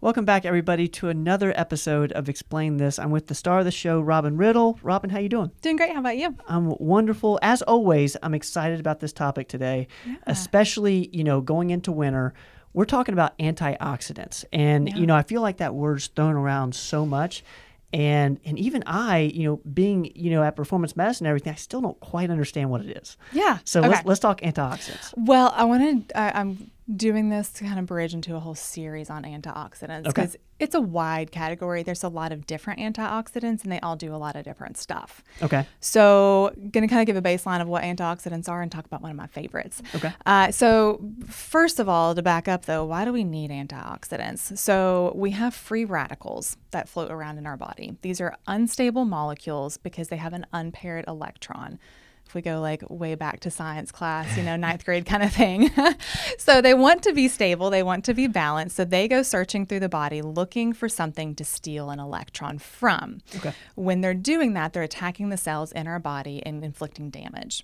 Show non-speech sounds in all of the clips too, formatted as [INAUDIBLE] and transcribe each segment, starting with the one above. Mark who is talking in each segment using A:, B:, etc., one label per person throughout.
A: Welcome back, everybody, to another episode of Explain This. I'm with the star of the show, Robin Riddle. Robin, how you doing?
B: Doing great. How about you?
A: I'm wonderful. As always, I'm excited about this topic today, especially, you know, going into winter. We're talking about antioxidants. And, you know, I feel like that word's thrown around so much. And and even I, you know, being, you know, at performance medicine and everything, I still don't quite understand what it is.
B: Yeah.
A: So
B: Okay.
A: let's, let's talk antioxidants.
B: Well, I wanted. I, I'm doing this to kind of bridge into a whole series on antioxidants
A: Okay.
B: because it's a wide category. There's a lot of different antioxidants, and they all do a lot of different stuff.
A: Okay.
B: So, going to kind of give a baseline of what antioxidants are and talk about one of my favorites.
A: Okay.
B: Uh, so, first of all, to back up though, why do we need antioxidants? So, we have free radicals that float around in our body. These are unstable molecules because they have an unpaired electron. If we go like way back to science class, you know, ninth grade kind of thing. [LAUGHS] so, they want to be stable, they want to be balanced. So, they go searching through the body looking for something to steal an electron from.
A: Okay.
B: When they're doing that, they're attacking the cells in our body and inflicting damage.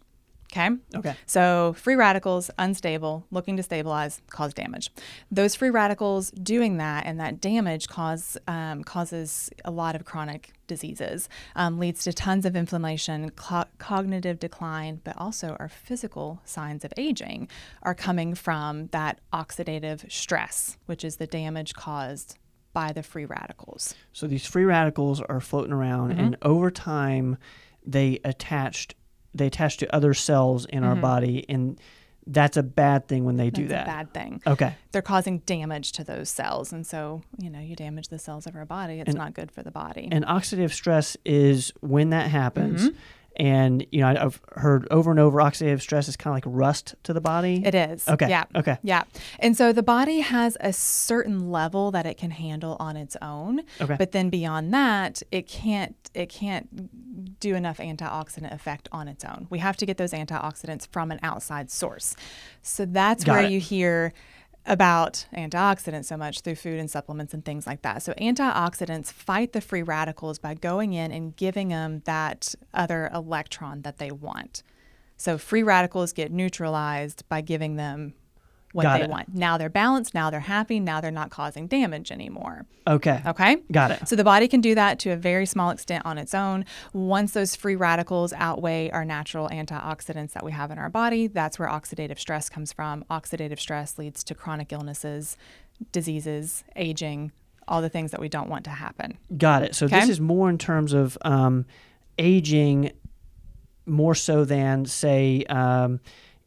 B: Okay.
A: Okay.
B: So free radicals, unstable, looking to stabilize, cause damage. Those free radicals doing that and that damage cause um, causes a lot of chronic diseases, um, leads to tons of inflammation, clo cognitive decline, but also our physical signs of aging are coming from that oxidative stress, which is the damage caused by the free radicals.
A: So these free radicals are floating around,
B: Mm-hmm.
A: and over time, they attached they attach to other cells in our body, and that's a bad thing when they do
B: It's Mm-hmm. a
A: that.
B: bad thing.
A: Okay,
B: they're causing damage to those cells. And so, you know, you damage the cells of our body. It's not good for the body.
A: and oxidative stress is when that happens.
B: Mm-hmm.
A: And you know, I- I've heard over and over, oxidative stress is kind of like rust to the body.
B: it is.
A: Okay.
B: Yeah.
A: Okay.
B: Yeah. And so the body has a certain level that it can handle on its own.
A: Okay.
B: But then beyond that, it can't it can't do enough antioxidant effect on its own. We have to get those antioxidants from an outside source. So that's
A: Got
B: where
A: it.
B: you hear about antioxidants so much through food and supplements and things like that. So antioxidants fight the free radicals by going in and giving them that other electron that they want. So free radicals get neutralized by giving them what
A: Got
B: they
A: it.
B: want. Now they're balanced, now they're happy, now they're not causing damage anymore.
A: Okay.
B: Okay?
A: Got it.
B: So the body can do that to a very small extent on its own. Once those free radicals outweigh our natural antioxidants that we have in our body, that's where oxidative stress comes from. Oxidative stress leads to chronic illnesses, diseases, aging, all the things that we don't want to happen.
A: Got it. So this
B: Okay.
A: is more in terms of um, aging, more so than say, um,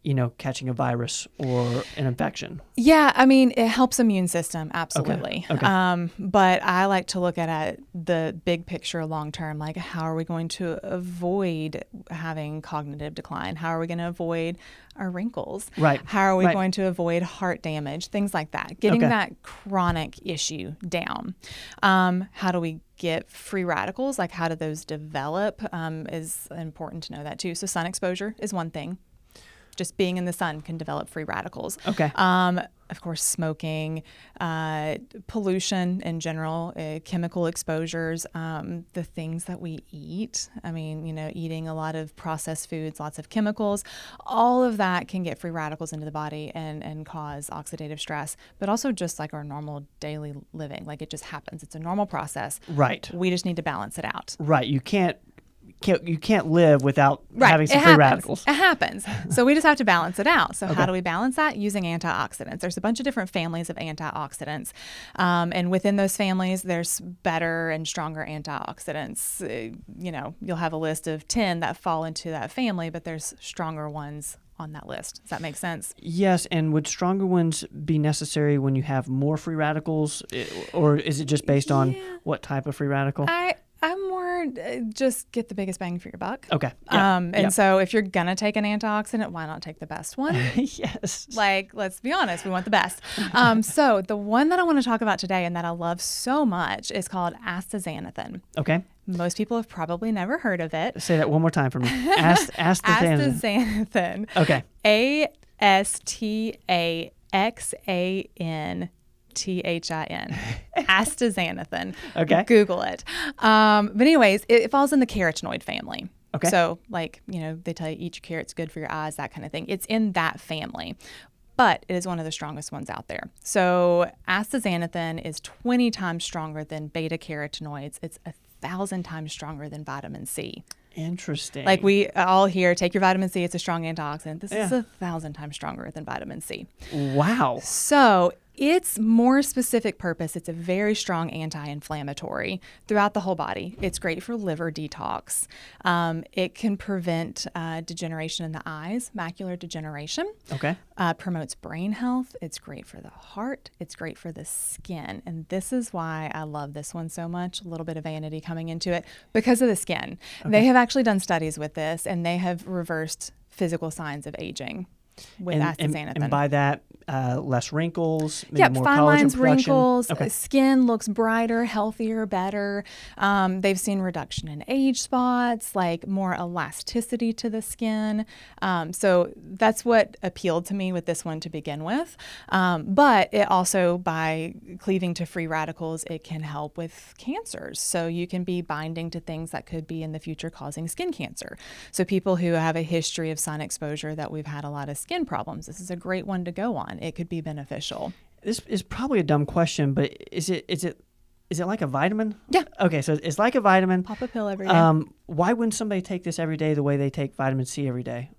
A: you know, catching a virus or an infection.
B: Yeah, I mean, it helps immune system absolutely.
A: okay.
B: Um, but I like to look at, at the big picture long term, like how are we going to avoid having cognitive decline? How are we going to avoid our wrinkles?
A: Right,
B: How are we
A: right.
B: going to avoid heart damage? Things like that. Getting
A: Okay.
B: that chronic issue down. Um, how do we get free radicals? Like how do those develop? Um, is important to know that too. So sun exposure is one thing. Just being in the sun can develop free radicals.
A: Okay.
B: Um, of course, smoking, uh, pollution in general, uh, chemical exposures, um, the things that we eat. I mean, you know, eating a lot of processed foods, lots of chemicals, all of that can get free radicals into the body and, and cause oxidative stress, but also just like our normal daily living. Like it just happens, it's a normal process.
A: Right.
B: We just need to balance it out.
A: Right. You can't can't you can't live without having some
B: it
A: free
B: happens.
A: radicals.
B: It happens. So we just have to balance it out. So how do we balance that? Using antioxidants. There's a bunch of different families of antioxidants, um, and within those families, there's better and stronger antioxidants. Uh, you know, you'll have a list of ten that fall into that family, but there's stronger ones on that list. Does that make sense?
A: Yes, and would stronger ones be necessary when you have more free radicals, I- or is it just based on what type of free radical?
B: I I'm more uh, just get the biggest bang for your buck.
A: okay. Yeah.
B: Um, and
A: yeah.
B: so if you're gonna take an antioxidant, why not take the best one? [LAUGHS]
A: yes.
B: Like, let's be honest, we want the best. Um, so, the one that I want to talk about today and that I love so much is called astaxanthin.
A: Okay.
B: Most people have probably never heard of it.
A: Say that one more time for me.
B: [LAUGHS]
A: Ast- astaxanthin.
B: Astaxanthin.
A: Okay.
B: A S T A X A N T H I
A: [LAUGHS]
B: N. Astaxanthin.
A: Okay.
B: Google it. Um, but anyways, it, it falls in the carotenoid family.
A: Okay.
B: So like you know they tell you eat your carrots, good for your eyes, that kind of thing. It's in that family. but it is one of the strongest ones out there. So astaxanthin is 20 times stronger than beta carotenoids. It's a thousand times stronger than vitamin C.
A: Interesting.
B: Like we all hear, take your vitamin C. It's a strong antioxidant. This is
A: Yeah.
B: a thousand times stronger than vitamin C.
A: wow.
B: So its more specific purpose, it's a very strong anti-inflammatory throughout the whole body. It's great for liver detox. Um, it can prevent uh, degeneration in the eyes, macular degeneration.
A: Okay.
B: Uh, promotes brain health. It's great for the heart. It's great for the skin. And this is why I love this one so much. A little bit of vanity coming into it because of the skin. They have actually done studies with this and they have reversed physical signs of aging with
A: And, and,
B: astaxanthin.
A: and by that, uh, less wrinkles, maybe
B: Yep,
A: more
B: fine
A: collagen
B: lines,
A: production.
B: wrinkles,
A: Okay.
B: skin looks brighter, healthier, better. Um, they've seen reduction in age spots, like more elasticity to the skin. Um, so that's what appealed to me with this one to begin with. Um, but it also, by cleaving to free radicals, it can help with cancers. So you can be binding to things that could be in the future causing skin cancer. So people who have a history of sun exposure that we've had a lot of skin problems, this is a great one to go on. It could be beneficial.
A: This is probably a dumb question, but is it is it is it like a vitamin?
B: Yeah.
A: Okay, so it's like a vitamin.
B: Pop a pill every day.
A: Um, why wouldn't somebody take this every day the way they take vitamin C every day?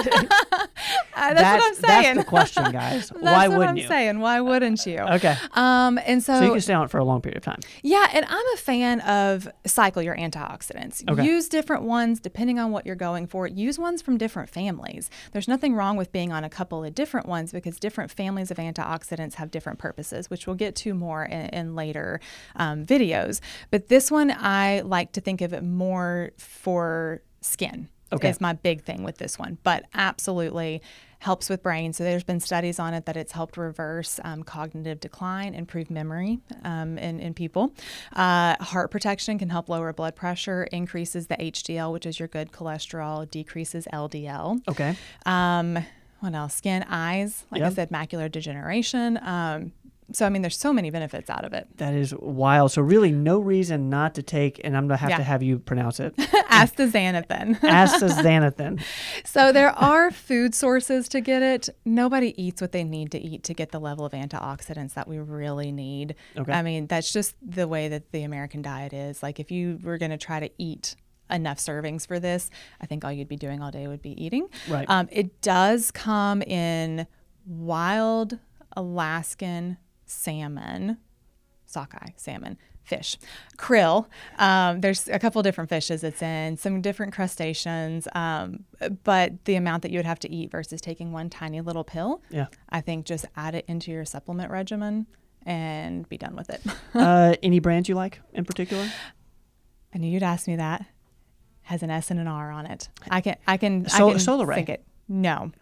B: Uh, that's, what I'm saying.
A: That's the question, guys.
B: [LAUGHS] That's
A: why
B: what
A: wouldn't
B: I'm
A: you?
B: saying. Why wouldn't you?
A: Okay.
B: Um, and so,
A: So you can stay on it for a long period of time.
B: yeah, and I'm a fan of cycle your antioxidants.
A: Okay.
B: Use different ones depending on what you're going for. Use ones from different families. There's nothing wrong with being on a couple of different ones because different families of antioxidants have different purposes, which we'll get to more in, in later um, videos. But this one, I like to think of it more for skin.
A: Okay.
B: Is my big thing with this one, but absolutely helps with brain. So there's been studies on it that it's helped reverse um, cognitive decline, improve memory um, in, in people. Uh, heart protection can help lower blood pressure, increases the HDL, which is your good cholesterol, decreases LDL.
A: Okay.
B: Um, what else? Skin, eyes, like I
A: Yep.
B: said, macular degeneration. Um, so I mean, there's so many benefits out of it. [LAUGHS]
A: That is wild. So really, no reason not to take. And I'm gonna have
B: Yeah.
A: to have you pronounce
B: [LAUGHS]
A: it.
B: Astaxanthin.
A: Astaxanthin.
B: So there are food sources to get it. Nobody eats what they need to eat to get the level of antioxidants that we really need.
A: Okay.
B: I mean, that's just the way that the American diet is. Like if you were going to try to eat enough servings for this, I think all you'd be doing all day would be eating.
A: Right.
B: Um, it does come in wild Alaskan salmon sockeye, salmon, fish, krill. Um, there's a couple different fishes it's in, some different crustaceans, um, but the amount that you would have to eat versus taking one tiny little pill,
A: Yeah.
B: I think just add it into your supplement regimen and be done with it. [LAUGHS]
A: Uh, any brands you like in particular?
B: I knew you'd ask me that. Has an S and an R on it. I can I can
A: Sol-
B: I can
A: Solaray.
B: think it. No.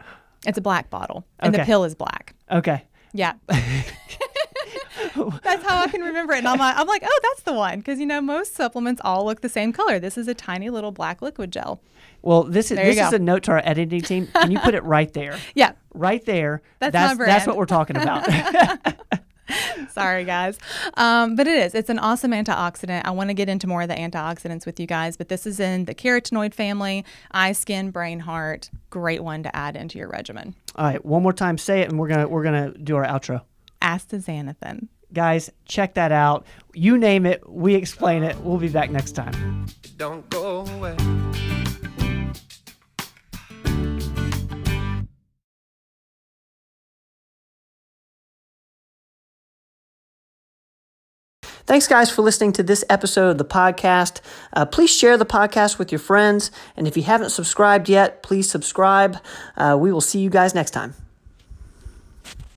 B: It's a black bottle. And the
A: Okay.
B: pill is black.
A: Okay.
B: Yeah. that's how I can remember it. And I'm like, I'm like oh, that's the one. Because, you know, most supplements all look the same color. This is a tiny little black liquid gel.
A: Well, this is
B: There you
A: this is
B: go.
A: a note to our editing team. Can you put it right there?
B: Yeah.
A: Right there.
B: That's my
A: that's, that's
B: brand.
A: what we're talking
B: [LAUGHS]
A: about. [LAUGHS]
B: Sorry, guys. Um, but it is. It's an awesome antioxidant. I want to get into more of the antioxidants with you guys, but this is in the carotenoid family, eye, skin, brain, heart. Great one to add into your regimen.
A: All right, one more time, say it, and we're gonna we're gonna do our outro.
B: Astaxanthin.
A: Guys, check that out. You name it, we explain it. We'll be back next time.
C: don't go away.
A: Thanks, guys, for listening to this episode of the podcast. Uh, please share the podcast with your friends, and if you haven't subscribed yet, please subscribe. Uh, we will see you guys next time.